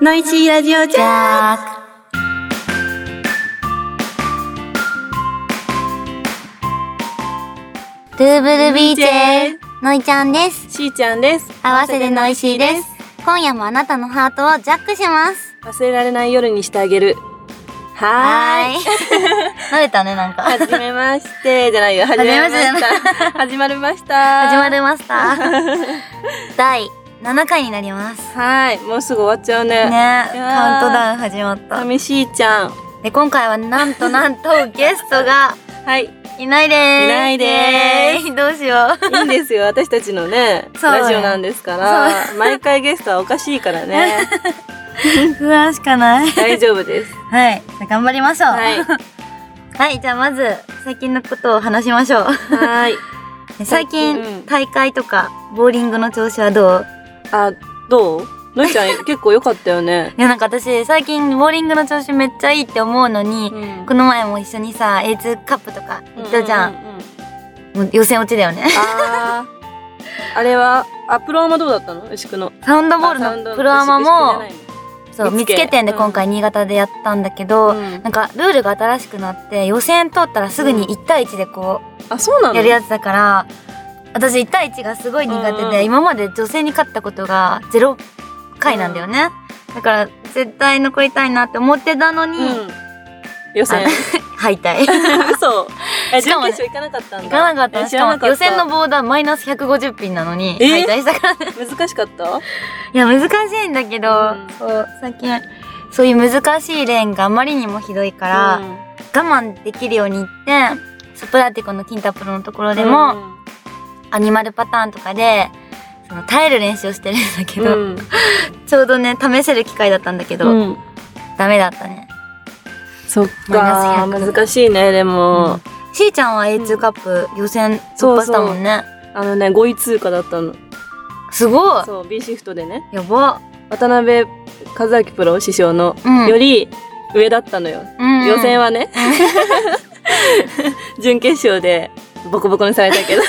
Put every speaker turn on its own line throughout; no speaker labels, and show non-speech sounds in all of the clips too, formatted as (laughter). ノイシーラジオジャーク。
トゥーブルビーチェのいちゃんです。
しーちゃんです。
合わせてノイシーです。今夜もあなたのハートをジャックします。
忘れられない夜にしてあげる。
(laughs)
はーい。
ーい。慣れたね、なんか。
はじめまして。 (laughs) じゃないよ。はじめました。始まりました。
始まりま (laughs) した。第7回になります。
はい。もうすぐ終わっちゃう
ね
ね。
カウン
ー
トダウン始まった。
寂しいちゃん。
で、今回はなんとなんとゲストが
はい。い
いないでーす。
いないでーす
イエーイどうしよう。
いんです (laughs) よ。私たちのね、
そう
ラジオなんですから、毎回ゲストはおかしいから (laughs) ね。
(laughs) 不安しかない。
大丈夫です。
はい。じゃあ頑張りましょう。
はい。
(laughs) はい、じゃあまず、最近のことを話しましょう。 (laughs)
はい。
最近、
うん
大会とかボーリングの調子はどう
あ、どうのいちゃ (laughs) ん結構良かったよね。
いやなんか私最近ボーリングの調子めっちゃいいって思うのに、
ん
この前も一緒にさ A2 カップとか行ったじゃん、
ううううん
もう予選落ちだよね
あーあれはアプロアマどうだったの牛久の
サウン
ダ
ドボールのプロアマもそう
見
見
つ
つ
け
け店で
うん
今回新潟でやったんだけど、
うん
なんかルールが新しくなって予選通ったらすぐに1対1でこ
あそうな
う
の
やるやつだから、私1対1がすごい苦手
うんう
で、
ん
今まで女性に勝ったことが0回なんだよね、だから絶対残りたいなって思ってたのに、
うん予選
あ
(laughs)
敗退 (laughs)
嘘え
しか
準
も
決勝行
ね
かなかったんだ
行かなかった
え
の
知
し
ら
か
な
も
かっ
予
た
選のボーダーマイナス150品なのに
え
敗退したから (laughs) ね
難しかった
いや難しいんだけど、
うん
そう最近そういう難しいレーンがあまりにもひどいから、
うん
我慢できるように言ってソプラティコの金太プロのところでも、アニマルパターンとかでその耐える練習をしてるんだけ
うんう
ど、
ん
ちょうどね試せる機会だったんだけど、
うん
ダメだったね
そっか
マイナス100
難しいねでも
しーちゃんは A2 カップ予選突破したもんね、
あのね5位通過だったの
すごい
そう B シフトでね
やば
渡辺和明プロ師匠の
うん
より上だったのよ
うん
予選は
(laughs)
ね準決勝でボコボコにされたけど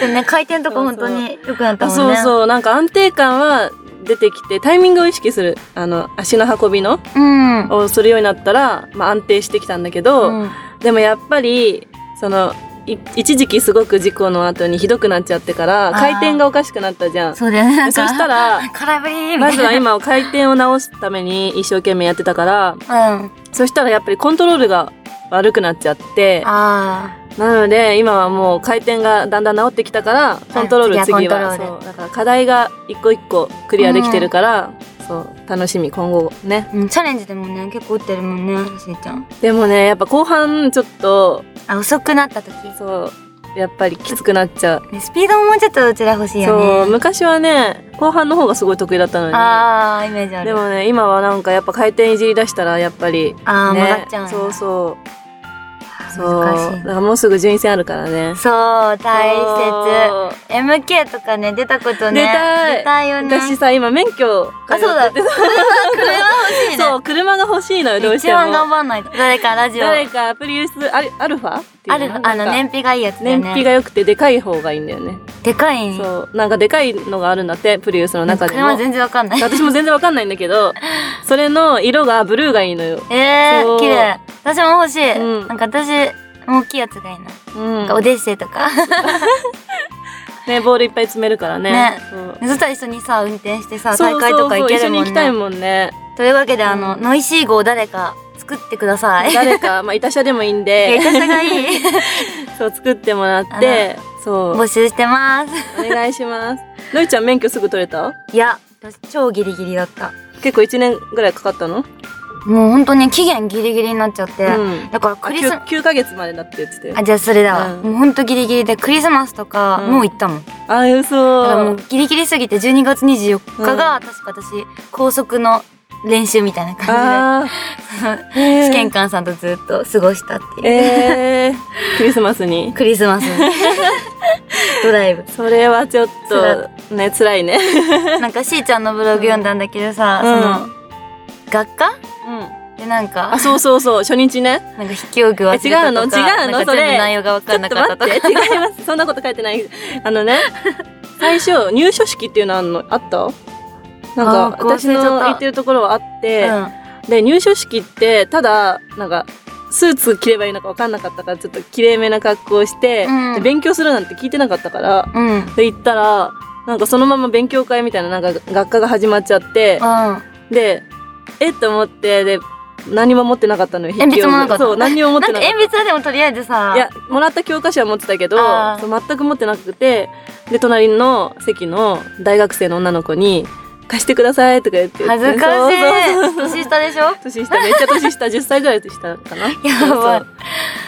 でもね回転とか本当に良くなった
あ
もんね
そうそうなんか安定感は出てきてタイミングを意識するあの足の運びの
うん。
をするようになったら、まあ、安定してきたんだけど、
うん
でもやっぱりそのい一時期すごく事故の後にひどくなっちゃってから
あー
回転がおかしくなったじゃん。そ
そうだよね。なんか
した、ら
空振りみた
ま
い
ずは今回転を直すために一生懸命やってたから
な。うん。
そしたらやっぱりコントロールが悪くなっちゃって
あ
なので今はもう回転がだんだん治ってきたからコントロール
次は
次は
コントロー
そうだから課題が一個一個クリアできてるから、そう楽しみ今後ね
あ。うん、チャレンジでもね、結構打ってるもんね、しーちゃん。
でもねやっぱ後半ちょっと
あ、遅くなった時。
そうやっぱりきつくなっちゃう、
ねスピードももうちょっとうちら欲しい
そ
よ
う
ね。
昔はね後半の方がすごい得意だったのに
ああ、イメージある。
でもね今はなんかやっぱ回転いじり出したらやっぱり
ああ、
ね
曲がっちゃうんだ。
そうそうそう
難しい
だ
な。
からもうすぐ順位戦あるからね
そう、大切。
切
MK とかね、出たことね。
出たい
出たいよね。
私さ今免許
あ、そうだ。これは欲しいね。
そう、車が欲しいのよ、どうして
一番頑
も。
張んないと。誰かラジオ。
誰か、プリウスアルアルファって
あ
いう
る
の、
あの、
なんか
燃費がいいやつだよね。
燃費が良くて、でかい方がいいんだよね。
でかいね
そう。なんか、でかいのがあるんだって、プリウスの中で
車
も。
全然わかんない。
私も全然わかんないんだけど、それの色がブルーがいいのよ。
ええ
そう
ー、綺麗。私も欲しい。
うん
なんか私、大きいやつがいいな。
うん
なんかおデッセイとか。
ね、ボールいっぱい詰めるからね。
ね
そう
そしたら一緒にさ、運転してさ、
そう
大会とか行けるも
そう
ん
そう一緒に行きたい
ね。
もん
(laughs)
ね。
というわけで、あの、
う
ノイシー号を誰か作ってください。
誰か、まあ、いたしゃでもいいん
やり
で、
(laughs) 方がいい。
そう、作ってもらって、そう、
募集してます。
お願いします。のいちゃん免許すぐ取れた
いや、私超ギリギリだった。
結構1年ぐらいかかったの
もう本当に期限ギリギリになっちゃって。
うん
だから
あ
クリスマ
9、九ヶ月までだって言ってたよ
あ、じゃあそれだわ。
うん
もう本当ギリギリで、クリスマスとか、
うん
もう行ったもん。
あ、嘘。
だからもうギリギリすぎて12月24日が確か私高速の練習みたいな感
あ
じで、
ー、えー
(laughs) 試験官さんとずっと過ごしたっていう、
えー、クリスマスに。
クリスマス
(laughs)
にドライブ
それはちょっと、ね、辛いね。
なんかしーちゃんのブログ読んだんだけどさ、
うん
その学科
うん。
でなんか
あ、そうそうそう、初日ね。
なんか筆記用具忘れたとか
え違うの違うの
なんか
そ
全
れ
部内容が分
ちょ
かん
っ
(laughs) な
と
かっ
待
た
っ
とか
て、違います。そんなこと書いてない。あのね、最初、入所式っていうのあんの、あったなんか
あー
私の
忘れちゃった
行ってるところはあって、
うん
で入所式ってただなんかスーツ着ればいいのか分かんなかったからちょっときれいめな格好をして、
うん
で勉強するなんて聞いてなかったから
うんうん
で行ったらなんかそのまま勉強会みたいななんか学科が始まっちゃってでえっと思ってで何も持ってなかったのよ筆
(laughs) 鉛
記
筆
用
も
具
なかった
そう何にも持っ
だってて
なかっ
鉛
た。
筆はでもとりあえずさ
いやもらった教科書は持ってたけど
あー
そう全く持ってなくてで隣の席の大学生の女の子に「貸してください」とか言って
恥ずかしい
そうそうそう
年下でしょ
年下めっちゃ年下10歳ぐらい下かな
やばい
そうそう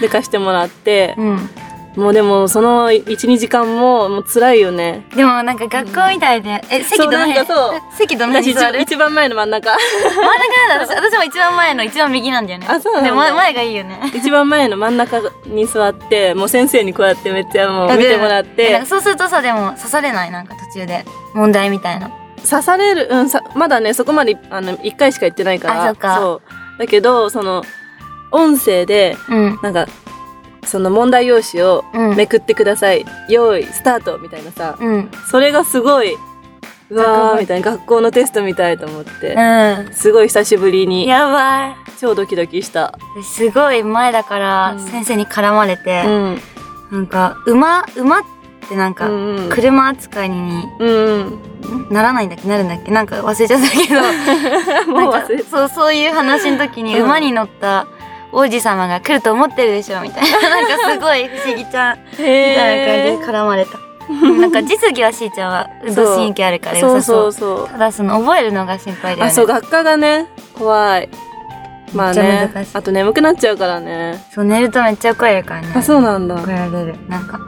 で貸してもらって、
うん
もうでもその12時間ももう辛いよね
でもなんか学校みたいで、え席どの
そうなん
辺
かそう
席どの
私
辺に
一
座る
一番前の真ん中 (laughs)
真ん中だ私私も一番前の一番右なんだよね
あそうなんだ
で前前がいいよね
一番前の真ん中に座ってもう先生にこうやってめっちゃもう見てもらっ
でな
て
んかそうするとさでも刺されないなんか途中で問題みたいな
刺される、うん、さまだねそこまであの1回しか行ってないから
あそっか
うだけどその音声で
うん
なんかその問題用紙を
うん
めくってください、用意スタートみたいなさ、
うんうん
それがすごい、うわ
学
ー
部
みたいな、学校のテストみたいと思って、すごい久しぶりに、
やば
超ドキドキした。
いすごい前だから
うん
先生に絡まれて、
ん。
なんか馬馬ってなん
う
か
んうん。
車扱いに
うん
ならないんだっけなるんだっけなんか忘れちゃったけ
うん。
ど
(laughs) もう忘れ
なんかそうそういう話の時に
うん
馬に乗った王子様が来ると思ってるでしょみたいな
(laughs)
なんかすごい不思議ちゃんみたいな感じで絡まれた、なんか実技はしーちゃんは運動神経あるから良
そう
さ
そ
そう
うそう。
ただその覚えるのが心配だよね
あ、そう、学科がね、怖い。まあ
めっ
ね
ちゃ難しい、
あと眠くなっちゃうからね。
そう寝るとめっちゃ怒られるからね
あ、そうなんだ。
怒られるなんか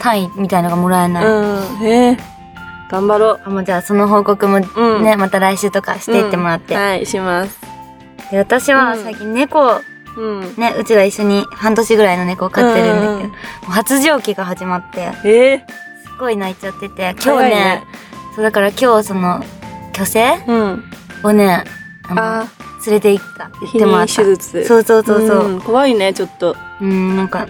単位みたいのがもらえない、
うん。へえ。頑張ろ
あもうじゃあその報告もね、
う。うん。
また来週とかしていってもらって、
うんはい、します。
で私は
うん
最近猫を
うん。
ねうちら一緒に半年ぐらいの猫を飼ってるんだけど、
うんうん
もう発情期が始まって
ええ。
すっごい泣いちゃってて今
早
日ね
い。
そうだから今日その虚勢
うん。
をねあの
あ、
連れて行った行って
避
もらっ
妊
た
手術。
そうそうそうそう
うん。怖いね、ちょっと。
うんなんか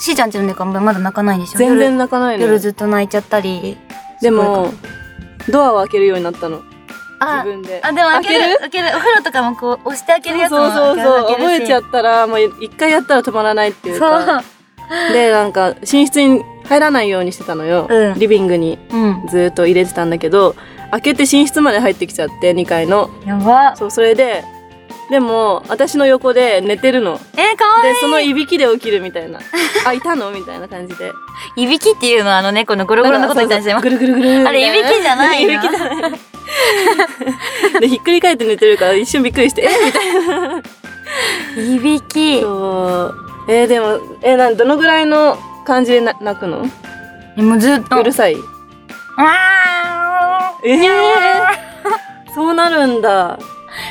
しーちゃんちの猫はまだ泣かないんでしょ
全然泣かない
夜
の。
夜ずっと泣いちゃったり
です
ごい
もドアを開けるようになったの自
あ
分で
あでも開ける
開
開けるお風呂とかもこう押して開けるやつ
そう
も
そうそうそう覚えちゃ
っ
ったらもう一回やったら止まらないっていうか
そ
でなんか寝室に入らないようにしてたのよ、
うん
リビングに
ううん
ずーっと入れてたんだけど開けて寝室まで入ってきちゃって2階の
やば
そうそれででも私の横で寝てるの
えー、かわ
で
い
そのいびきで起きるみたいなあいたのみたいな感じで
いいびきっていうのはあの猫のゴロゴロのことに対して
な
も
んかそうそうぐるぐるぐるみ
あ
た
れいびきじゃないの
いびきじゃないでひっくり返って寝てるから一瞬びっくりしてえみたいない
びき
そう。えー、でも、えー、なんどのぐらいの感じでな泣くの
えもうずっと
うるさい。
わー
えそうなるんだ。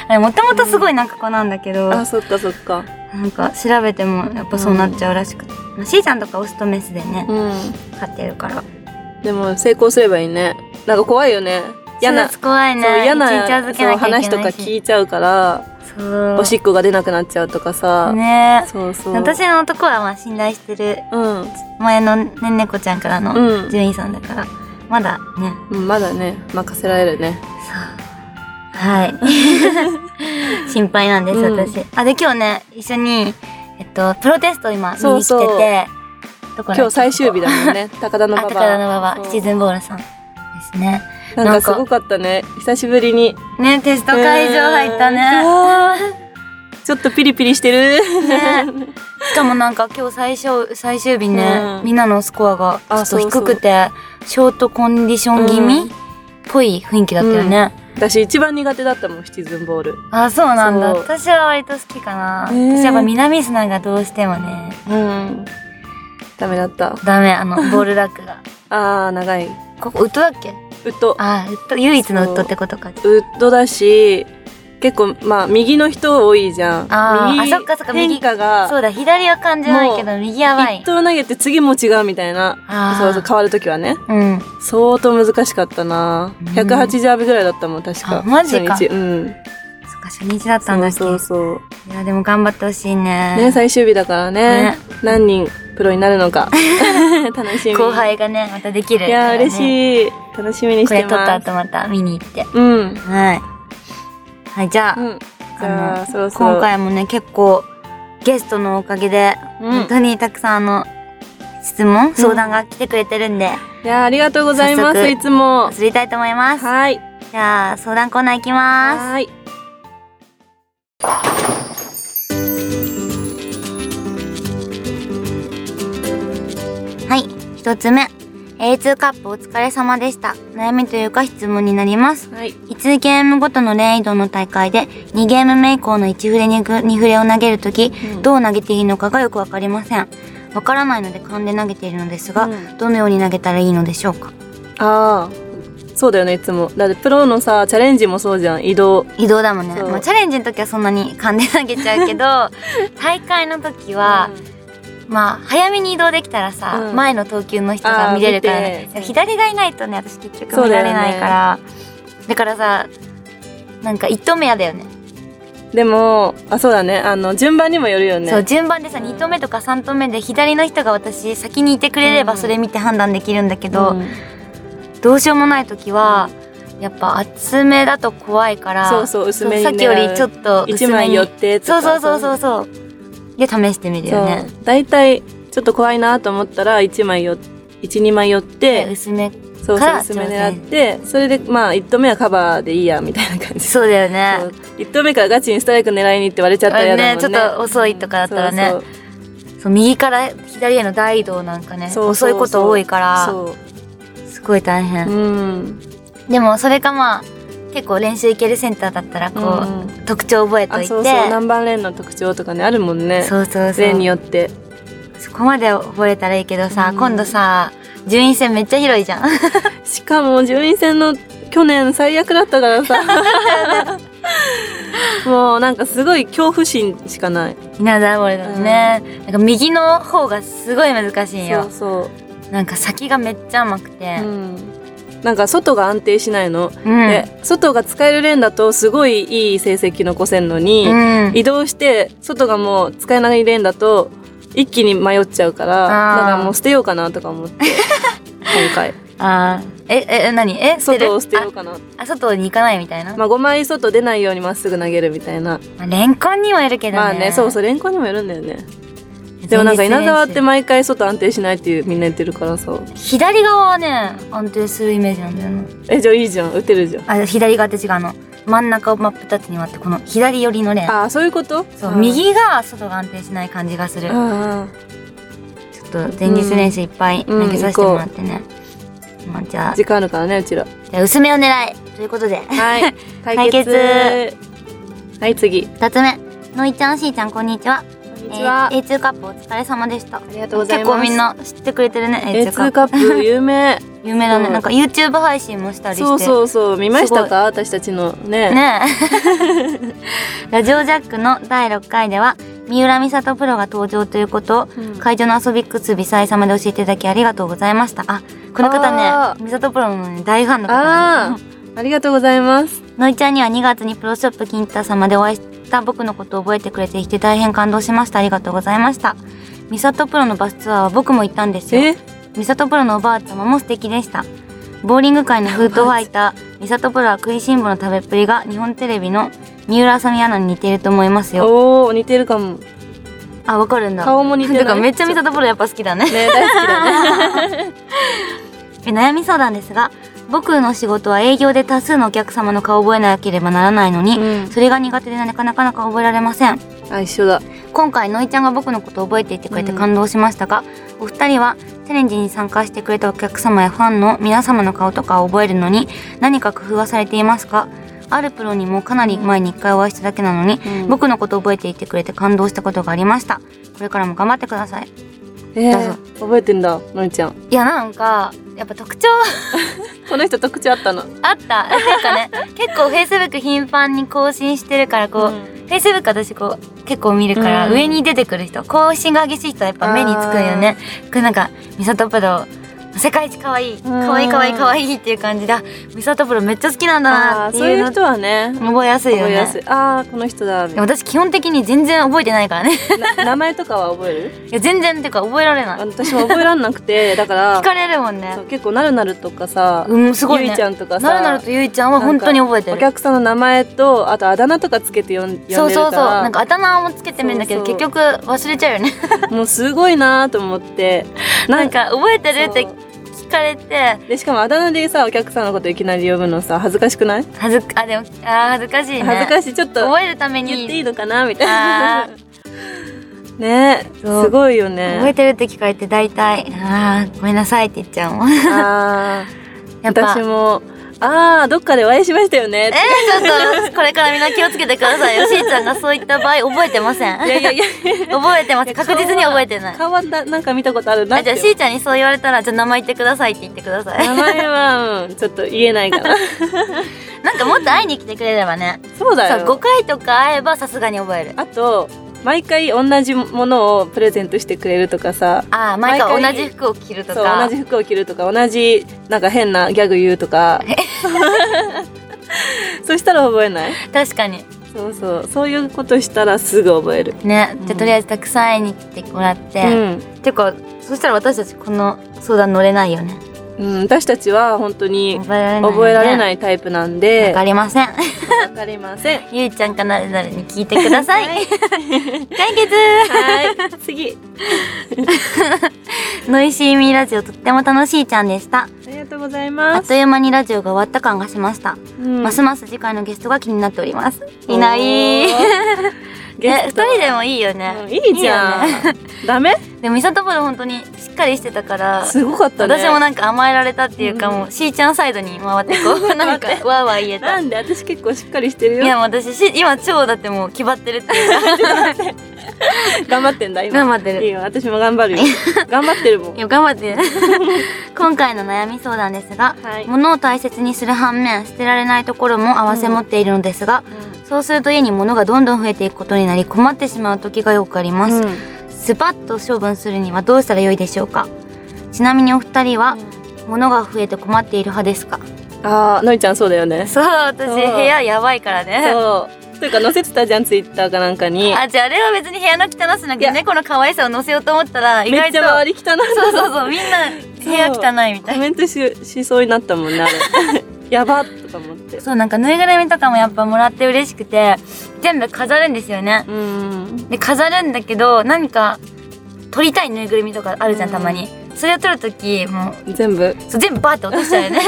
あれもともとすごいなんか子なんだけど、
あ、そっかそっか。
なんか調べてもやっぱそうなっちゃうらしくて、まあ、しーちゃんとかオスとメスでね
うん。
飼ってるから
でも、成功すればいいね。なんか怖いよね。嫌な、
スーツ怖い
そ
ね
う嫌
一日
な
預け
そう
なきゃい
話
け
とか
ないし
聞いちゃうから、
そう
おしっこが出なくなっちゃうとかさ。
ね
そうそう。
私の男はまあ信頼してる
うん。
前のね猫ちゃんから
う
の
ん。
獣医さんだから、まだね
うん、まだね、任せられるね。
そうはい
(laughs)
心配なんです
うん
私、あで今日ね一緒にえっとプロテストを今見
そう
に来てて
そう
どこだっけ
今日最終日だもん
(laughs)
ね。高田の
あ
馬
高田の
場。
馬場
そう
シーズンボールさんですね
なんかすごかったね。久しぶりに。
ねテスト会場入ったね,、
えーうわーちょっとピリピリしてる。 (laughs)
ね (laughs) しかもなんか今日最初最終日ね、
うん
みんなのスコアがちょ
あ
っと低くてショートコンディション気
う
味
ん
っぽい雰囲気だったよね、
私一番苦手だったもん、シチズンボール。
あそうなんだ
そう
私は割と好きかな、
ね
私やっぱ南砂がどうしてもね
うん。ダメだった。
ダメあのボールラックが
あー、長い。ウ
ここウッドだっけ
ッド。
あウッド唯一のウッドってことか
ウッドだし、結構、まあ、右の人多いじゃん。
あー
右
あそっかそっか右
変化
そう
が、
だ左は感じないけど右やばい
一投投げて次も違うみたいな。
あー
そうそう、変わるときはね。
うん
相当難しかったな。
うん
180アブぐらいだったもん、確か。
あマジか
初日うん。
そっか初日だったん
そ
だ
う
っけ
そうそう。
いやでも頑張ってほしいね
ね、最終日だからね。
ね
何人プロになるの
(laughs)
か楽しみに
後輩がねまたできる、
いやー嬉
い
しい楽しみにし
これ
て
撮った
ます
後また見に行って
うん
はいはいじゃあ、
うんじゃ
あ
あそろそろ
今回もね結構ゲストのおかげで、
うん
本当にたくさんあの質問相談が来てくれてるんで、
いやーありがとうございま
早
す
速
いつも
移りたいと思います、
はい
じゃあ相談コーナー行きます
はい
はい、一つ目。A2 カップお疲れ様でした。悩みというか質問になります。
はい
1ゲームごとのレイドの大会で2ゲーム目以降の1フレ2フ2フレを投げるとき、
うん
どう投げていいのかがよくわかりません。わからないので勘で投げているのですが、
うん
どのように投げたらいいのでしょうか
ああそうだよねいつもだってプロのさチャレンジもそうじゃん移動
移動だもんね。
そう
まあ、チャレンジの時はそんなに勘で投げち
(laughs)
ゃうけど、大会の時は、まあ早めに移動できたらさ、
うん
前の投球の人が見れるから、
あー
ね
見、て
左がいないとね私結局
そう
見
だ
ら
よね
れないからだ,、からさなんか一投目やだよね
でもあそうだねあの順番にもよるよね
そう順番でさ
うん
二投目とか三投目で左の人が私先にいてくれれば
うん
それ見て判断できるんだけど、
うん
どうしようもない時はやっぱ厚めだと怖いから
そうそう薄めに
さっきより
狙う
ちょっと薄
一
め
枚
に
寄ってと
そ
か
うそうそうそうそうで試してみるよね
そう大体ちょっと怖いなと思ったら1枚よ12枚寄っ
で
て
薄め
そうそう
から
薄め狙ってそれでまあ1投目はカバーでいいやみたいな感じ
そうだよね
そう1投目からガチにストライク狙いにって割れちゃったら嫌だもんね
あれねちょっと遅いとかだったらね
そう
そう右から左への大移動なんかね
そう
遅いこと多いから
そう
すごい大
そう
変、
うん
でもそれかまあ結構練習行けるセンターだったらこう、
ん
特徴覚えとい
あ
て
そうそう何番レーンの特徴とかねあるもんね
そうそうそう
レーンによって
そこまで覚えたらいいけどさ、
うん
今度さ順位戦めっちゃ広いじゃん (laughs)
しかも順位戦の去年最悪だったからさ (laughs) もうなんかすごい恐怖心しかない
稲田ボールだとね、なんか右の方がすごい難しいん
そ
よ
うそう
なんか先がめっちゃ甘くて、
うんなんか外が安定しないの、
うんうん
で外が使えるレーンだとすごいいい成績残せんのに、移動して外がもう使えないレーンだと一気に迷っちゃうから
あ
だ
ー
からもう捨てようかなとか思
(laughs)
って今回
あーええ何え捨てる
外を捨てようかな
ああ外に行かないみたいな、
まあ5枚外出ないようにまっすぐ投げるみたいな、
まあ、レンコンにもよるけどね。
まあねそうそうレンコンにもよるんだよねでもなんか稲沢って毎回外安定しないっていうみんな言ってるからさ
左側はね、安定するイメージなんだよな。
えじゃあいいじゃん打てるじゃん
あ、左側って違うあの。真ん中を真っ二つに割って、この左寄りのレーン。
ああそういうこと
そ
あ
う、
ー
右が外が安定しない感じがする。
あ
ちょっと前日練習いっぱい投げさせてもらってね。まあじゃ
あ
あ、
時間あるからねうちら
じゃあ薄めを狙いということで。
(laughs) はい。
解決
はい、次。こ
二つ目。のいちゃん、しーちゃん、こんにちは。
んにちは。
えー A2 カップお疲れ様でした。あ
りがとうございます
結構みんな知ってくれてるね、A2 カ
A2
ップ。
カッ
(laughs)
プ有名。
有名だね。
うん
なんか YouTube 配信もしたりして。
そうそうそう。見ましたか私たちのね。
ね (laughs) えラジオジャックの第6回では三浦美里プロが登場ということを
うん
会場の遊び靴微細様で教えていただきありがとうございましたあこの方
あ
ね美里プロの、ね、大ファンの方なん
あ
です
あ、ありがとうございます。
のいちゃんには2月にプロショップ金太様でお会いした僕のことを覚えてくれていて大変感動しましたありがとうございました美里プロのバスツアーは僕も行ったんですよ
え
ミサトプロのおばあちゃまも素敵でした。ボーリング界のフードファイタ
(laughs)
ー、ミサトプロは食いしん坊の食べっぷりが日本テレビの三浦あさみアナに似ていると思いますよ。
おお似てるかも。
あ、わかるんだ。
顔も似
(laughs)
てない
だからめっちゃミサトプロやっぱ好きだ
(laughs)
ね。
ね、大好き
(laughs)
だね。
え悩み相談ですが、僕の仕事は営業で多数のお客様の顔を覚えなければならないのに、
うん
それが苦手でなかなか覚えられません。
あ、一緒だ。
今回のいちゃんが僕のことを覚えていてくれて感動しましたが、お二人はチャレンジに参加してくれたお客様やファンの皆様の顔とかを覚えるのに何か工夫はされていますかあるプロにもかなり前に一回お会いしただけなのに、
うん
僕のことを覚えていてくれて感動したことがありましたこれからも頑張ってください
え
どう
ー、覚えてんだ、のりちゃん。
いやなんかやっぱ特徴
この人特徴あったの。
あったなんか (laughs) ね結構フェイスブック頻繁に更新してるからこう、
うん
フェイスブック私こう結構見るから、
うん
上に出てくる人更新が激しい人はやっぱ目につくよね。これなんかミサトプロ世界一可愛い可愛い可愛い可愛いっていう感じだミサトプロめっちゃ好きなんだな
あ
っ
ー
て
そう
い
いうう
の
人はね
覚えやすいよ
覚えや
ね
すいああこの人だみ
で
た
も
い
私基本的に全然覚えてないからね
な (laughs) な名前とかは覚える
いや全然っていうか覚えられない
私も覚えらんなくてだから
聞かれるもんね
そう結構なるなるとかさ、
うんすごいね
ゆいちゃんとかさ
なるなるとゆいちゃんは本当に覚えて
お
る
客さんの名前とあとあだ名とかつけて呼ん呼んでるから
そうそうそうなんかあだ名もつけてみるんだけど
そうそう
結局忘れちゃうよね
もうすごいなと思って
(laughs) なんか覚えて
そう
るって聞かれて
でしかもあだ名でさお客さんのこといきなり呼ぶのさ恥ずかしくない、
恥ずかあでもあー恥ずかしいね
恥ずかしいちょっと
覚えるために
言っていいのかなみたい
あ
な (laughs) ね
そう
すごいよ
覚え
ね
てるって聞かれて大体「あーごめんなさい」って言っちゃうもんや
あー
っぱ
私もあーどっかでお会いしましたよね
えー、ちょっとこ (laughs) れからみんな気をつけてくださいよしーちゃんがそういった場合覚えてません
いやい
(laughs)
やいや
覚えてます確実に覚えてない
顔はななんか見たことあるな
あ
っ
じゃ
て
あしーちゃんにそう言われたらじゃあ名前言ってくださいって言ってください
名前は、うん、ちょっと言えないから
なんかもっと会いに来てくれればね
そうだ
(laughs) そう
よ
5回とか会えばさすがに覚える
あと毎回同じものをプレゼントしてくれるとかさ
ああ毎回
毎
同
回
じ服を着ると
そう
か
同じ服を着るとか同じなんか変なギャグ言うとか (laughs) そしたら覚えない
確かに
そうそうそういうことしたらすぐ覚える
ね
うん
じゃあとりあえずたくさん会いに来てもらっ
う
て、
ん、
てかそしたら私たちこの相談乗れないよね
うん、私たちは本当に
覚えられないよね
覚えられないタイプなん
わ
で
かりま
(laughs)
せん
わかりません
ゆいちゃんかなるなるに聞いてく
(laughs)
ださい解決
はい次
ノイシーミーラジオとっても楽しいちゃんでした
ありがとうござい
あ
ま
っ
す
という間にラジオが終わった感がしました、
うん
ますます次回のゲストが気になっておりますいない
おーゲ
え二
ストは
人でもいいよね、
うんいいじゃん
いいよね
ダメ
でもミサトポロ本当にしっかりしてたから
すごかったね
私もなんか甘えられたっていうか、
うん
もうしーちゃんサイドに回って
(laughs)
こうなんかわーわー言えた
ないんで私結構しっかりしてるよ
やもう私し今超だってもう気張ってるっていうか
頑張ってんだ今
頑張ってる
いいよ私も頑
(laughs)
張るよ頑張ってるもん
(laughs) いや頑張って (laughs) 今回の悩み相談ですが、
はい
物を大切にする反面捨てられないところも合わせ持っているのですが、そうすると家に物がどんどん増えていくことになり困ってしまう時がよくあります、
うん
スパッと処分するにはどうしたらよいでしょうかちなみにお二人は、物が増えて困っている派ですか
あーのりちゃんそうだよね
そう私
そう
部屋やばいからね
そうというか載せてたじゃんツイッターかなんかに
あじゃああれは別に部屋の汚さなき
い
ゃ
や
猫の可愛さを乗せようと思ったら意
めっ
外
ち
と
ゃ周り汚い
そうそうそうみんな部屋汚いみた
コ
いな
メントししそうになったもんねあれ (laughs) やばっとか思って
そうなんかぬいぐるみとかもやっぱもらって嬉しくて全部飾るんですよね
うん
で飾るんだけど何か取りたいぬいぐるみとかあるじゃん
うん
たまに、それを取るときもう
全部
そう全部バーって落としちゃ
(laughs)
うよね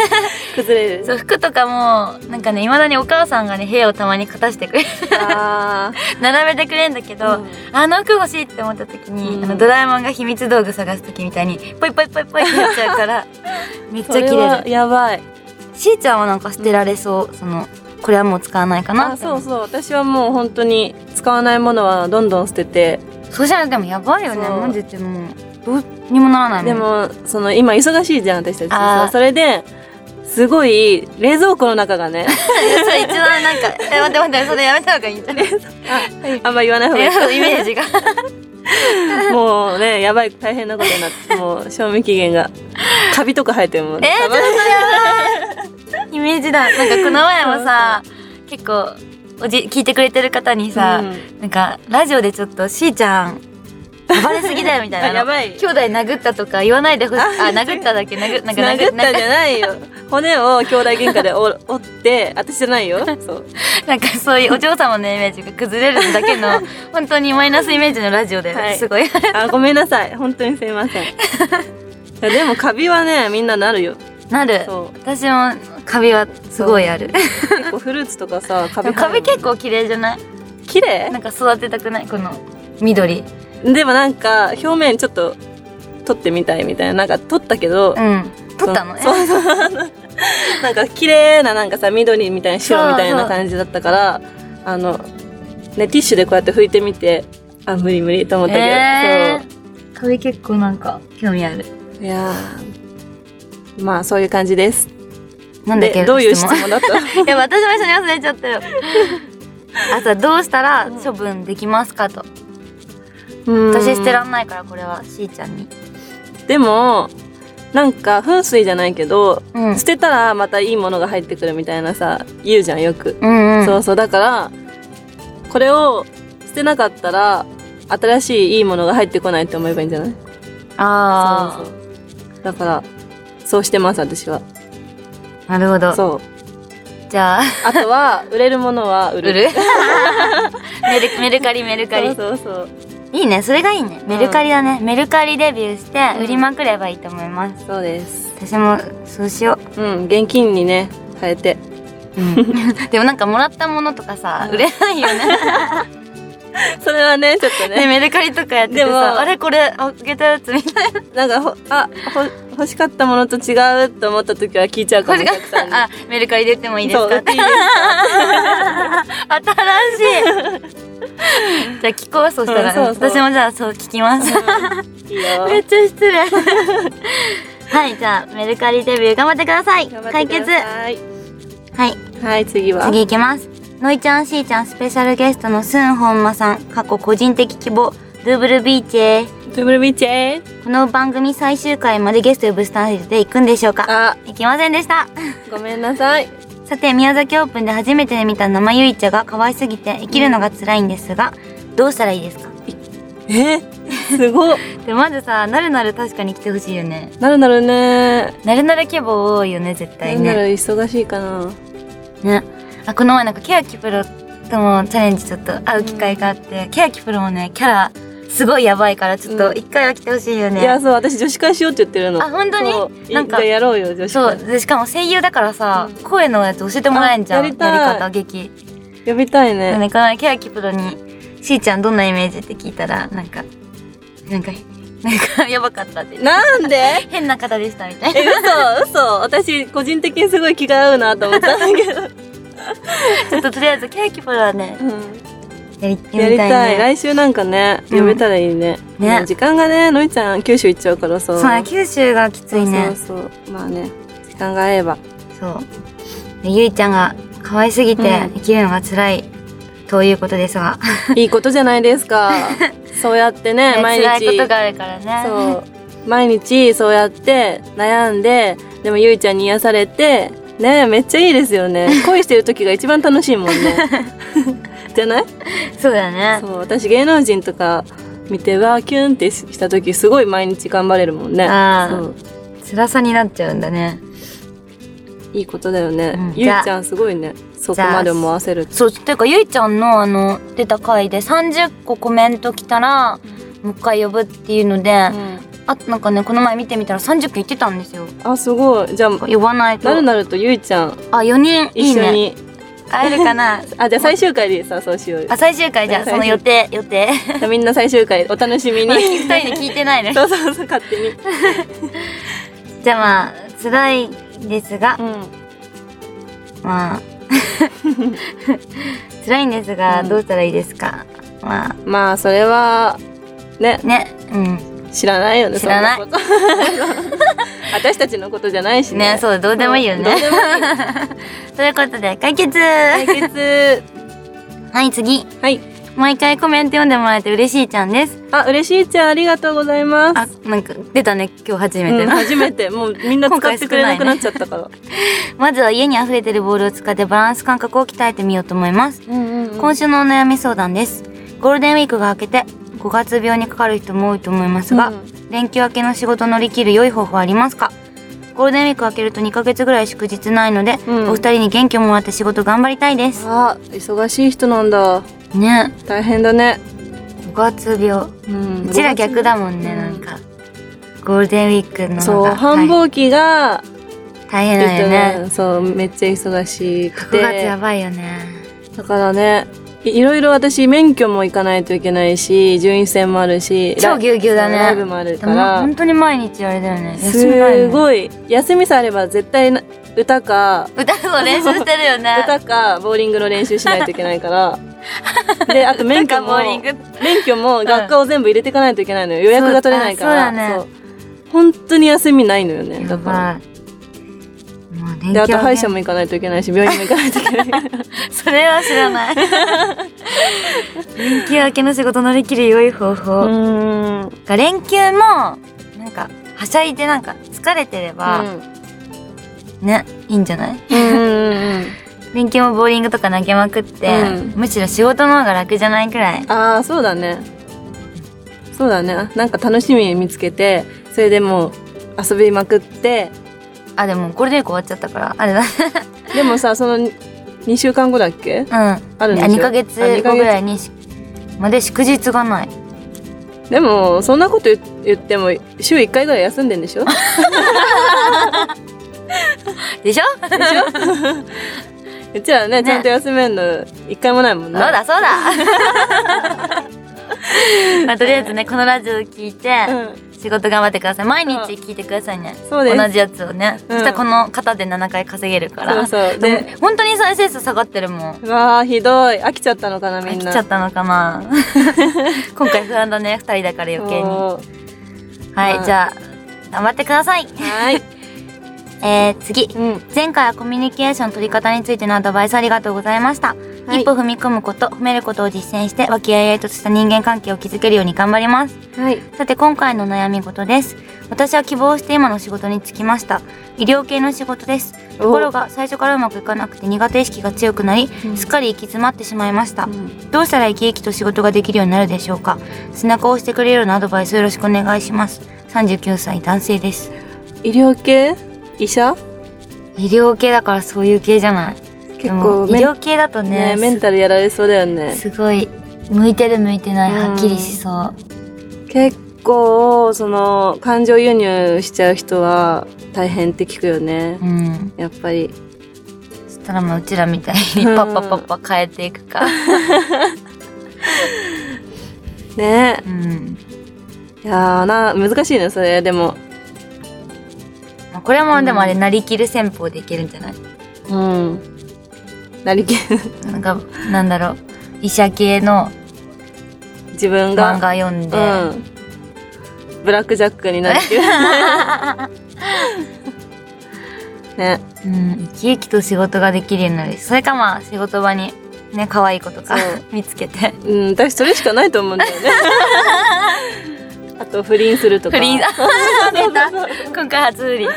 崩れる
そう服とかもなんかねいまだにお母さんがね部屋をたまに片してくれ (laughs) る
あ
並べてくれるんだけど、
ー
あの服欲しいって思った時に、
うん
あのドラえもんが秘密道具探す時みたいにポイポイポイポイってやっちゃうから
(laughs)
めっちゃ
そ
切
れ
れ
は
る
やばい
しーちゃんはなんか捨てられそうそのこれはもう使わないかな
あそうそう私はもう本当に使わないものはどんどん捨てて
そうじゃないでもやばいよね
そう
マジでもうどうにもならないもん
でもその今忙しいじゃん私たち
あー
そうそれですごい冷蔵庫の中が
(laughs)
ね
それ一番 (laughs) なんか、え、待って待って、それ (laughs) やめた方がいいんじゃない
あんま言わない方がいい
イメージ (laughs) が。
もうねやばい大変なことにな
(laughs)
ってもう賞味期限がカビとか生えてるもん
え
ね
ー、ちょっとやばいイメージだ。なんかこの前もさ、結構、おじ、聞いてくれてる方にさ、
うん
なんか、ラジオでちょっと、しーちゃん、暴れすぎだよみ (laughs) たいな。
やばい
兄弟殴ったとか言わないでほしい。あ、殴っただっけ殴、なんか
殴
殴
っ
ったた
じゃないよ骨を兄弟喧嘩で折折って私じゃない
(laughs)
よそう
なんかそういうお嬢様のイメージが崩れるだけ
(laughs)
の、本当にマイナスイメージのラジオで、
はい
すごい。 (laughs)
あごめんなさい本当にすいませんいやでもカビはねみんななるよ
なる。
そう
私も、カビはすごいある。
結構フルーツとかさカ
で
ビ
も (laughs) カビ結構綺麗じゃない
綺麗
なんか育てたくないこの緑
でもなんか表面ちょっと取ってみたいみたいななんか取ったけど、
うん取ったのね
そうそうそう (laughs) なんか綺麗ななんかさ緑みたいな白みたいな感じだったからあのねティッシュでこうやって拭いてみてあ無理無理と思ったけど、
えー、カビ結構なんか興味ある
そういやーまあそういう感じです
なんだっけ
でどういう質
問
問だった
(laughs) いや私も一緒に忘れちゃっ
(laughs)
たよあとはどうしたら処分できますかと
(laughs)
私捨てらんないからこれはしーちゃんに
でもなんか噴水じゃないけど、
うん
捨てたらまたいいものが入ってくるみたいなさ言うじゃんよく、
うんうん
そうそうだからこれを捨てなかったら新しいいいものが入ってこないって思えばいいんじゃない
ああ
そうそうだからそうしてます私は
なるほど
そう
じゃあ
あと
(laughs)
は売れるものは売る
売る (laughs) メルメルカリメルカリ
そうそうそう
いいねそれがいいねメルカリだね、メルカリデビューして
うん
売りまくればいいと思います、
そうです
私もそうしよ
うん現金にね変え
(laughs)
て
う、でもなんかもらったものとかさ、
うん
売れないよ (laughs) ね
それはねちょっと
ね
ね
メルカリとかやってて
で
さ
も
あれこれあげたやつみたい
なんかほあほ欲しかったものと違うと思った時は聞いちゃうか
な
も
の
お客さんに
があメルカリで売ってもいいです
そう
か
売っていいです
(laughs) 新しいじゃあ聞こうそうしたら、
うんそうそう
私もじゃあそう聞きます
かいいよ
(laughs) めっちゃ失礼はいじゃあメルカリデビュー頑張ってください
頑張っ
解
てく
決
ださい
はい
はい次は
次いきますのいちゃんしーちゃんスペシャルゲストのスンホンマさん過去個人的希望ドゥーブルビーチへ
トゥブルビーチェ
この番組最終回までゲスト呼ぶスタイルで行くんでしょうか
あ
行きませんでした
ごめんなさい
さて宮崎オープンで初めて見た生ゆいちゃが可愛すぎて生きるのが辛いんですがどうしたらいいですか
えすごっ
でまずさなるなる確かに来てほしいよね
なるなるね
なるなる規模多いよね絶
な
対
るなる
ね
忙しいかな
ねあこの前なんかケヤキプロともチャレンジちょっと会う機会があって、ケヤキプロもねキャラすごいやばいからちょっと
うん
一回は来てほしいよね、
いやそう私女子会しようって言ってるの
あ本当に
そう
なんか
一回やろうよ女子
そう
会
でしかも声優だからさ、
うん
声のやつ教えてもらえんじゃん
あやりたい
方劇
呼びたいね
なんかケヤキプロにしーちゃんどんなイメージって聞いたらなんかなんかなんかやばかったって
なんで
変な方でしたみたいな
え嘘嘘私個人的にすごい気が合うなと思ったんだけど、
ちょっととりあえずケヤキプロはねやりやり
やり
た
た
い
い
ね
来週なんかね
うん
呼べたらいいね,、
ね
時間がねのいちゃん九州行っちゃうからさ
そうだ九州がきついね
そうそうそうまあね時間が合えば
そう。でゆいちゃんが可愛すぎて
うん
生きるのが辛いということですが、
いいことじゃないです
(laughs)
かそうやってね毎
辛いこ
日
とがあるからね。
そう毎日そうやって悩んででもゆいちゃんに癒されてねめっちゃいいですよ
(laughs)
ね恋してる時が一番楽しいもんねじゃない
そうだね。
そう私芸能人とか見てわーキュンってした時すごい毎日頑張れるもんね
あー
そう
辛さになっちゃうんだね。
いいことだよね、
うん
ゆいちゃんすごいねそこまで思わせる
そうていうかゆいちゃんのあの出た回で30個コメント来たらもう一回呼ぶっていうので、
うん
あなんかねこの前見てみたら30個言ってたんですよ。
あすごいじゃあ
呼ばないと。
なるなるとゆいちゃん
あ4人いい
一緒に
ね。会えるか (laughs) な。
あじゃあ最終回でさそうしようよ
あ最終回じゃあその予定予 (laughs) 定。
じゃあ (laughs) みんな最終回お楽しみに
二人で聞いてないのに。
(laughs) そうそうそう勝手に
じゃあまあ辛いですが、
う
まあ (laughs) 辛いんですが、
うん
どうしたらいいですかまあ
ん、まあそれはね
ねうん
知らないよね
知らない
そんなこと (laughs) 私たちのことじゃないしね
ねそうどうでもいいよ
どう
ね
でもいい
(laughs) ということで解決
解
(laughs)
決
はい次
はい
毎回コメント読んでもらえて嬉しいちゃんです
あ嬉しいちゃんありがとうございます
あなんか出たね今日初め
う
て
ん
の、
初めてもうみんな使ってくれなくなっちゃったから、
(laughs) まずは家に溢れてるボールを使ってバランス感覚を鍛えてみようと思います今
今週
週のお悩み相談ですゴールデンウィークが明けて5月病にかかる人も多いと思いますが、
うん
連休明けの仕事を乗り切る良い方法はありますかゴールデンウィーク明けると2ヶ月ぐらい祝日ないので、
うん
お二人に元気をもらって仕事頑張りたいです
あ忙しい人なんだ
ね
大変だね
5月病
うん
うちら逆だもんね、
うん
なんかゴールデンウィークの
そ
方
う
が
繁忙期が
大変だ
えっ
よ
と
ね
ねそうめっちゃ忙しくて
5月やばいよね
だからねいいろいろ私免許も行かないといけないし順位戦もあるし
超ぎゅうぎゅうだね
ライブもあるか
でも
ら
本当に毎日あれだよね休みない
す
よね
ごい休みさえあれば絶対な歌か
歌を練習してるよね
(laughs) 歌かボーリングの練習しないといけないから
(laughs)
であと免許も
歌かボーリング
免許も学科を全部入れていかないといけないのよ予約が取れないから
そうあそうだ
そう本当に休みないのよね
や
だから。
ばいもう連休
であと
明け
歯医者も行かないといけないし病院も行かないといけない
(laughs) それは知らない (laughs) 連休明けの仕事乗り切る良い方法、
うーん
が連休もなんかはしゃいでなんか疲れてれ
う
ば、
ん
ね、いいんじゃない
うんうんうん
勉強もボーリングとか投げまくって、
うん
むしろ仕事の方が楽じゃないくらい。
ああそうだねそうだねなんか楽しみ見つけてそれでもう遊びまくって
あ、でもゴールデンウィーク終わっちゃったから、あ (laughs) れだ。
でも
(laughs)
さその2週間後だっけ
うん。
あるんでし
(laughs)
ょ
2ヶ月
あ二ヶ
後ぐらいにしまで祝日がない。
でもそんなこと言言っても週1回ぐらい休んでんで
(laughs)
しょ
でしょそう
うちらねちゃんと休めるの1回もないもんね
だそうだ (laughs) まあ、とりあえ
(laughs)
ずね、このラジオ聞いて、
うん
仕事頑張ってください。毎日聞いてくださいね。
そうです
同じやつをね。
うん
そしたらこの型で7回稼げるから。
そうそうで
でも本当に再生数下がってるもん。
うわあひどい飽きちゃったのかなみ
飽
ん
き
な
ちゃったの
(laughs)
かな今回不安だね、二人だから余計に。
そう
はい、
うん
じゃあ、頑張ってください。 (laughs)
はい、
えー、次。
うん、
前回はコミュニケーション取り方についてのアドバイスありがとうございました。
はい
一歩踏み込むこと、褒めることを実践して、和気あいあいとした人間関係を築けるように頑張ります。
はい
さて今回の悩み事です。私は希望して今の仕事に就きました。医療系の仕事です。
お
ところが最初からうまくいかなくて苦手意識が強くなり、
うん
すっかり行き詰まってしまいました。
うん
どうしたら生き生きと仕事ができるようになるでしょうか背中を押してくれるようなアドバイスよろしくお願いします。39歳男性です。
医療系医者
医療系だからそういう系じゃない
結構
でも
メ
医
ン
療系だとね
ねメンタルやられそうだよね
すごい向いてる向いてない
うん
はっきりしそう。
結構その感情輸入しちゃう人は大変って聞くよね
うん。
やっぱり
そしたらまあうちらみたい
(laughs)
にパッパッパッパ変えていくか。
ね
うん。
いやーな難しいねそれでも
まあこれもでもあれ、なりきる戦法でいけるんじゃない
うんなりきる (laughs)
なんか、なんだろう、医者系の
自分が
漫画読んで、
うんブラックジャックになりきる
(laughs)
ね
うん、生き生きと仕事ができるようになる。それかまあ、仕事場に、ね、可愛い子と
(laughs)
か
そう
(laughs) 見つけて。
うん私それしかないと思うんだ
(laughs)
よねあと不倫するとか
不倫、あ出た (laughs) 今回初不倫。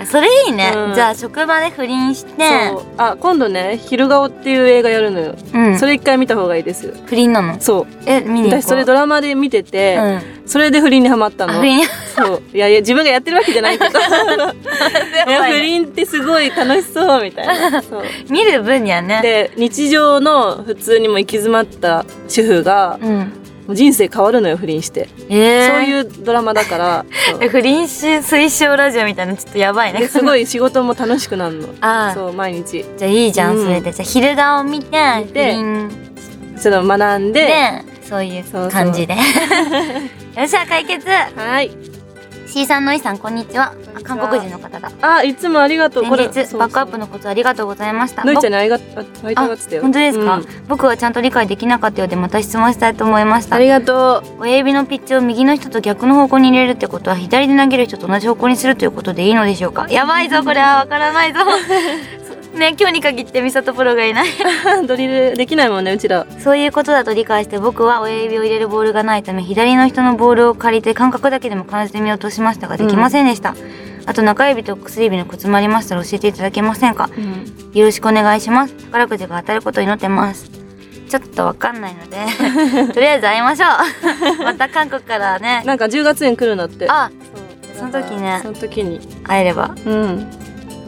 あそれいいね。
うん
じゃあ、職場で不倫して
そ、うあ今度ね「昼顔」っていう映画やるのよ、
うん
そ。れ一回見た方がいいですよ
不倫なの
そう
え、見に行こう。
私それドラマで見てて、
うん。
それで不倫にハマった
あ
の
不倫や
そうい (laughs) やいや自分がやってるわけじゃない
(laughs)
けどいや
ば
不
いね
倫ってすごい楽しそうみたいなそう
見る分にはね。
で日常の普通にも行き詰まった主婦が
うん。
もう人生変わるのよ不倫して、
えー、
そういうドラマだからそう
え不倫し推奨ラジオみたいなのちょっとやばいね
ですごい仕事も楽しくなるの
ああ
そう毎日
じゃあいいじゃん、
うん
それでじゃあ昼顔見て
見
不
て
倫
ちょっと学ん
で
で
そうい
そうそう
う感じ
(laughs)
でよっしゃ解決
はい
C さんのいさんこんにちは
んにちは
あ韓国人の方だ
あいつもありがとう
先日
そうそう
バックアップのコツありがとうございました
のいちゃ
僕
んにありがとうあり
あ
がとうってたよ
本当ですか、
うん
僕はちゃんと理解できなかったようでまた質問したいと思いました
ありがとう
親指のピッチを右の人と逆の方向に入れるってことは左で投げる人と同じ方向にするということでいいのでしょうかやばいぞこれはわからない
(laughs)
ぞそうね今日に限ってミサトプロがいない
(laughs) ドリルできないもんねうちら
そういうことだと理解して僕は親指を入れるボールがないため左の人のボールを借りて感覚だけでも感じてみようとしましたができませんでした、あと中指と薬指のコツもありましたら教えていただけませんかよろしくお願いします宝くじが当たることを祈ってますちょっとわかんないのでとりあえず会いましょうまた韓国からね
なんか10月に来るんだって
あ
そう
その時ね
その時に
会えれば
うん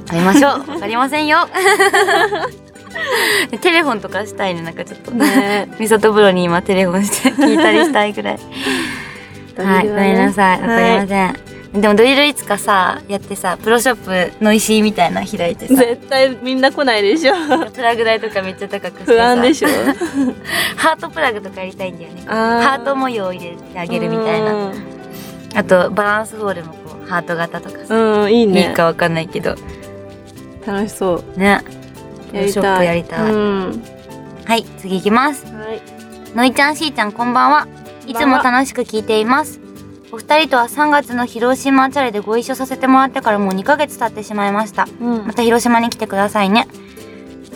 会いましょうわかりませんよテレフォンとかしたいねなんかちょっと
ね
ミサトプロに今テレフォンして聞いたりしたいくらい (laughs) はい、ごめんなさい、わかりま
せ
せん。でもドリルいつかさ、やってさ、プロショップの石みたいなの開いてさ、
絶対みんな来ないで
(laughs)
しょ
プラグ代とかめっちゃ高くしてさ、
不安でしょ
ハートプラグとかやりたいんだよね。
あー
ハート模様を入れてあげるみたいな。あと、バランスボールもこう、ハート型とかさ、
うんうんいいね
いいかわかんないけど、
楽しそう
ね。プロショップやりたい。
うん
はい、次行きます。
はい
のいちゃんしーちゃんこんばんは
こん
い
ば
つ
んは
も楽しく聞いていますお二人とは3月の広島チャレでご一緒させてもらってからもう2ヶ月経ってしまいました
うん
また広島に来てくださいね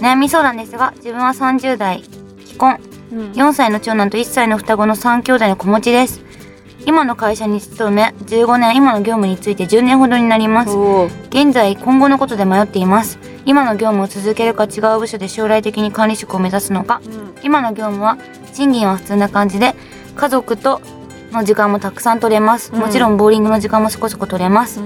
悩み相談ですが自分は30代既婚
うん
4歳の長男と1歳の双子の3兄弟の子持ちです今の会社に勤め15年今の業務について10年ほどになります
おー
現在今後のことで迷っています今の業務を続けるか違う部署で将来的に管理職を目指すのか今の業務は賃金は普通な感じで家族との時間もたくさん取れます、
うん
もちろんボーリングの時間もそこそこ取れます、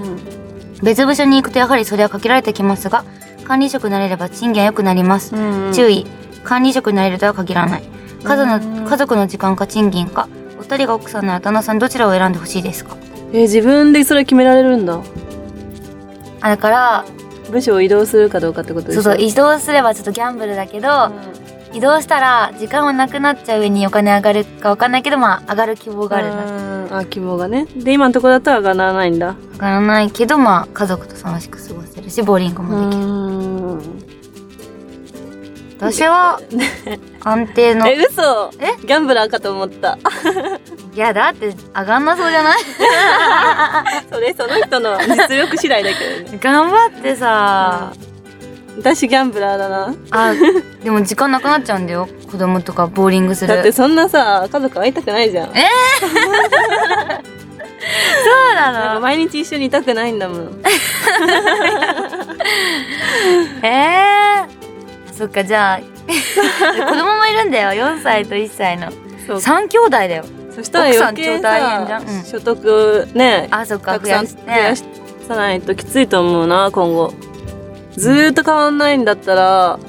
別部署に行くとやはりそれは限られてきますが管理職になれれば賃金は良くなります、
うん
注意管理職になれるとは限らない家族の,、
うん
家族の時間か賃金かお二人が奥さんなら旦那さんどちらを選んでほしいですか
えー自分でそれ決められるんだ
あだから
部署を移動するかどうかってことでし
そ
ょ
うそう移動すればちょっとギャンブルだけど、移動したら時間はなくなっちゃう上にお金上がるかわかんないけどまあ上がる希望があるな
うんあ希望がねで今のところだと上がらないんだ
上がらないけどまあ家族と楽しく過ごせるしボーリングもできる、
ん
私 (laughs) は安定の
え
い
嘘
え
ギャンブラーかと思った
(laughs) やだって上がんなそうじゃない
それその人の実力次第だけどね
頑張ってさ
私ギャンブラーだな
あでも時間なくなっちゃうんだよ子供とかボーリングする
だってそんなさ家族会いたくないじゃん
え
(laughs)
そう
なん
な
か毎日一緒にいたくないんだもん
えー、そっかじゃあ (laughs) 子供もいるんだよ4歳と1歳の
そう
3兄弟だよ
そしたら余計
奥さん超大変じゃ
さ
んうん
所得ね
あそっか
たく
増
さ
や
ん
し
増
て
やさないときついと思うな今後ずーっと変わんないんだったら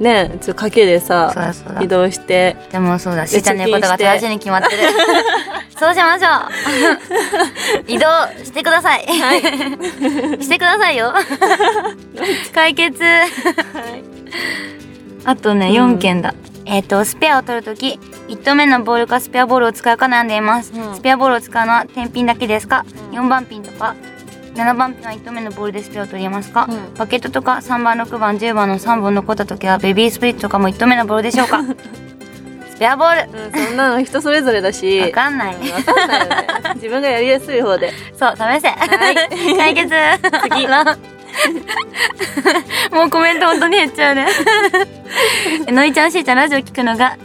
ねえちょっと賭けで
そう
さ
だそうだ
移動して
でもそうだし
で
ーちゃんの言うことが正しいに決ま
(laughs)
ってるそうしましょ
(laughs)
う移動してください、 (laughs) してくださ
(laughs)
いよ解決あとね
うん
4件だ、えっ、とスペアを取るとき1投目のボールかスペアボールを使うか悩んでいます、
うん
スペアボールを使うのは天品だけですか、
うん
4番ピンとか7番ピンは1投目のボールでスペアを取りますか、
うん
バケットとか3番6番10番の3本残った時はベビースプリットとかも1投目のボールでしょ (laughs) うかスペアボール
うんそんなの人それぞれだし
(laughs) わかんない
わかんないよね自分がやりやすい方で
そう (laughs) 試せ、
い
解決次もうコメント本当に減っちゃうね (laughs) のいちゃんしーちゃんラジオ聞くのが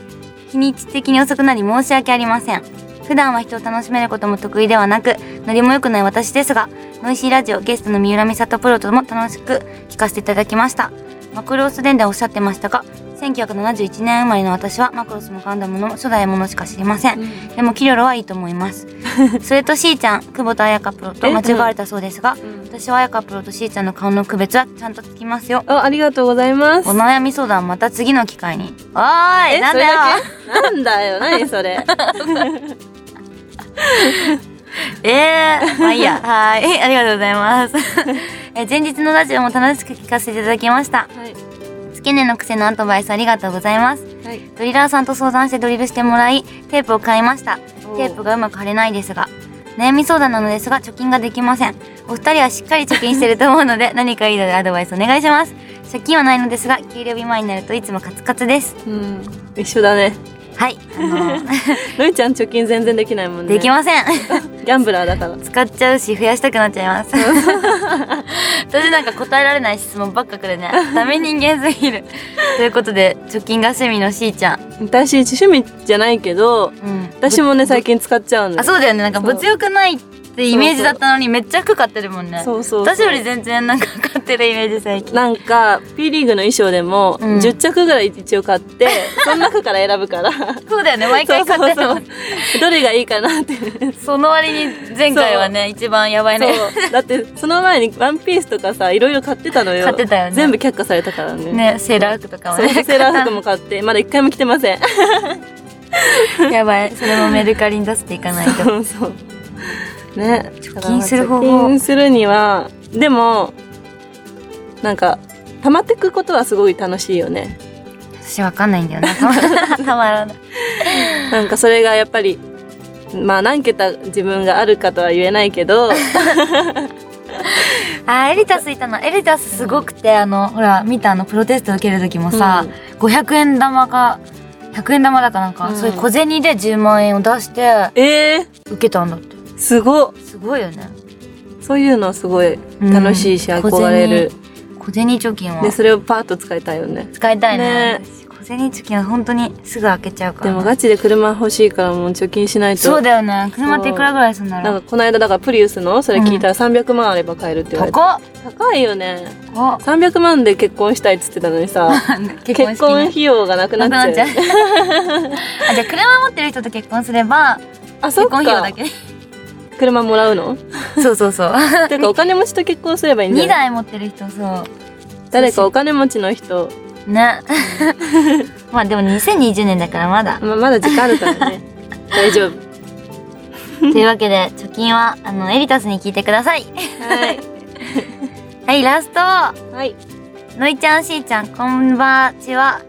日にち的に遅くなり申し訳ありません普段は人を楽しめることも得意ではなくノリも良くない私ですがノイシーラジオゲストの三浦美里プロとも楽しく聞かせていただきましたマクロス伝でおっしゃってましたが1971年生まれの私はマクロスもガンダムの初代ものしか知りません、でもキリョロはいいと思い (laughs) ますそれとしーちゃん久保田彩香プロと間違われたそうですが、
ん
私は彩香プロとしーちゃんの顔の区別はちゃんとつきますよ
あありがとうございます
お悩み相談はまた次の機会におーい
え
なん
そ
だ
れ
よ
だけなんだ
(laughs)
よ何それ
えー、まあいいや
(laughs)
はー (laughs) いありがとうございますえ前日のラジオも楽しく聞かせていただきました
はい
月根の癖のアドバイスありがとうございます
はい
ドリラーさんと相談してドリルしてもらいテープを買いました
おう
テープがうまく貼れないですが悩み相談なのですが貯金ができませんお二人はしっかり貯金してると思うので何かいいのでアドバイスお願いします借金はないのですが給料日前になるといつもカツカツです
うん一緒だね
はい、あのー
のいちゃん貯金全然できないもんね
できません
ギャンブラーだから
使っちゃうし増やしたくなっちゃいます私なんか答えられない質問ばっかくるねダメ人間すぎるということで貯金が趣味のしーちゃん、
私趣味じゃないけど
うん、
私もね最近使っちゃうのよ
あそうだよねなんか
そう
物欲ないってイメージだったのにめっちゃ服買ってるもんね
そうそうそう
私より全然なんか買ってるイメージ最近
なんか P リーグの衣装でも
うん
10着ぐらい一応買って、その中から選ぶ
(laughs)
から
そうだよね毎回買ってる
そ
も
うそ
ん
うどれがいいかなってそう
その割に前回はね一番やばいね
だってその前にワンピースとかさいろいろ買ってたのよ
買ってたよね
全部却下されたからね
ねセーラー服とかも
そう
ね
セーラー服も買ってまだ一回も着てません
(laughs) やばいそれもメルカリに出していかないと
(laughs) そうそうね
貯金する方法
貯金するにはでもなんか溜まってくことはすごい楽しいよね
私わかんないんだよなたま (laughs) たまらない
なんかそれがやっぱりまあ何桁自分があるかとは言えないけ
(laughs)
ど
あーエリタスいたのエリタスすごくてあのほら見たあのプロテスト受ける時もさ、500円玉か100円玉だかなんか、
うん
そういう小銭で10万円を出して
え
受けたんだって
ー、すごっ
すごいよね
そういうのすごい楽しいし
うん
憧れる、
小銭貯金は
でそれをパーッと使いたいよね
使いたいね
ね
私小小銭貯金は本当にすぐ開けちゃうか
で
ら
も
な
ガチで車欲しいからもう貯金しないと
そうだよね車っていくらぐらいするんだ
な
ろ
ん
う
かこの間だからプリウスのそれ聞いたら300万あれば買えるって言われて、
高っ
高いよね
高っ
300万で結婚したいっつってたのにさ
(laughs) 結婚
結婚
式
費用がなくな
な
っ
く
ち
な
ゃう
っちゃう (laughs) あじゃあ車持ってる人と結婚すれば
あそ
結
っ
婚費用だ
か
け
車もらう
(laughs)
の
そうそう (laughs) そう
てかお金持ちと結婚すればいいん
2
じゃ
(laughs)
ない
台持ってる人そう
誰かお金持ちの人、
(laughs) ねまあでも2020年だからま (laughs) だ
まあ、まだ時間あるから
(laughs)
ね大丈夫
というわけで貯金はあのエリタスに聞いてください
はい
はいラスト
はい
のいちゃんしーちゃんこんばんちは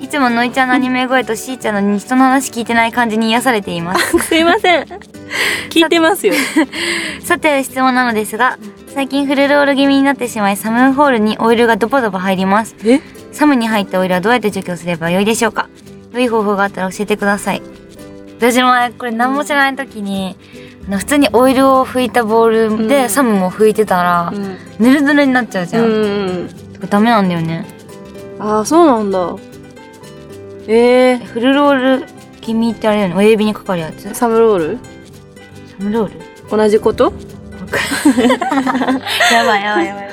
いつものいちゃんのアニメ声としーちゃんの人の話聞いてない感じに癒されています (laughs)
すいません聞いてますよ
さて質問なのですが最近フルロール気味になってしまいサムホールにオイルがドボドボ入ります
え
サムに入ったオイルはどうやって除去すればよいでしょうか良い方法があったら教えてください私もねこれ何も知らない時に、あの普通にオイルを拭いたボールで、
うん
サムも拭いてたら、
うん
ぬるぬるになっちゃうじ
う
ゃん、こ
ん
れダメなんだよね
ああそうなんだええ
フルロール気味ってあれよね親指にかかるやつ
ー、
サ
サムロール
ムロール
同じこと
やばいやばいやばい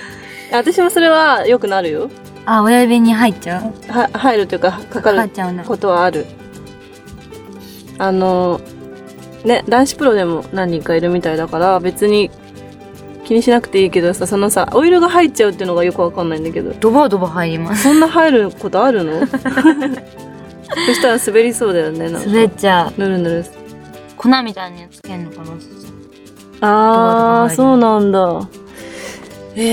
私もそれはよくなるよ
(laughs) あ親指に入っちゃう
は入るというかかか
かかっ
る
ちゃうんだ
ことはあるあのね男子プロでも何人かいるみたいだから別に気にしなくていいけどさそのさオイルが入っちゃうっていうのがよくわかんないんだけど
ドバドバ入ります
そんな入ることある
(laughs)
のそしたら滑りそうだよねなんか
滑っちゃう
ぬるぬる
粉みたいなやつけんのかな
ああ
ドバドバ入る
そうなんだへ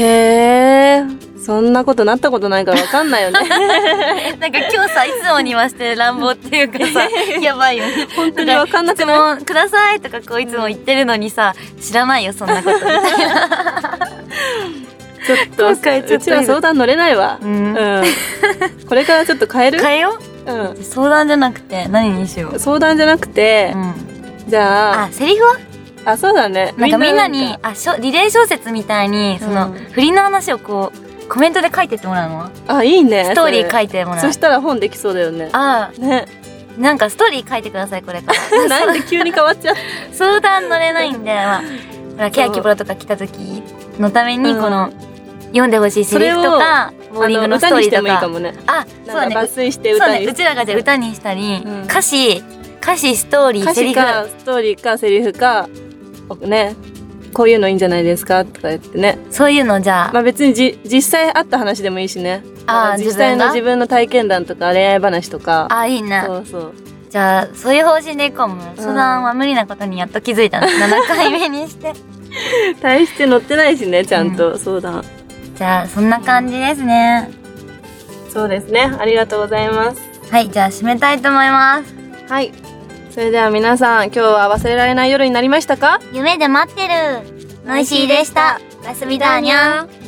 えそんなことなったことないからわかんないよね
(laughs) なんか今日さいつもにまして乱暴って (laughs) いうかさやばいよね
本当にわかんなく
質
ない
問くださいとかこういつも言ってるのにさ知らないよそ
(laughs)
んなことみたいな
ちょっと
今回ちょっと
うちら相談乗れないわ、
うん
うんこれからちょっと変える、
変えよ
う
う相談じゃなくて何にしよう、
ん、相談じゃなくて
う、ん、
じゃあ
あセリフは
あそうだね
なんかみんな
み
にあしょリレー小説みたいにそ
う
の、
ん
振りの話をこうコメントで書いてってもらうのは
あいいね
ストーリー書
い
いてもらう
そしたら本できそうだよね
あ
ね
あなんかストーリー書いてくださいこれか
(laughs)
ら
なんで急に変わっちゃう
相談乗れないんで、まあ、ほらケヤキプロとか来た時のために
うん
この、読んでほしいセリフとかボーリングのス
歌
トー
にし
リ
て
ーと
もいいか
か
もね
あそう
な
だ
ん
ね
か抜粋して
そう
歌
ね
に
うちらがじゃあ歌にしたり、
うん
歌詞歌詞ストーリー
歌
セリ
詞
フ
かストーリーかセリフかねこういうのいいんじゃないですかとか言ってね
そういうのじゃあ、
まあ別にじ実際あった話でもいいしね
あー
実際の
自
自分の体験談とか恋愛話とか
あいいな
そうそう
じゃあそういう方針でいこうもん相談は無理なことにやっと気づ
(laughs)
いたの7回目にして
大して乗ってないしねちゃんと、相談
じゃあそんな感じですね
そうですねありがとうございます
はいじゃあ締めたいと思います
はいそれでは皆さん今日は忘れられない夜になりましたか
夢で待ってるノイシーでしたおやすみだにゃん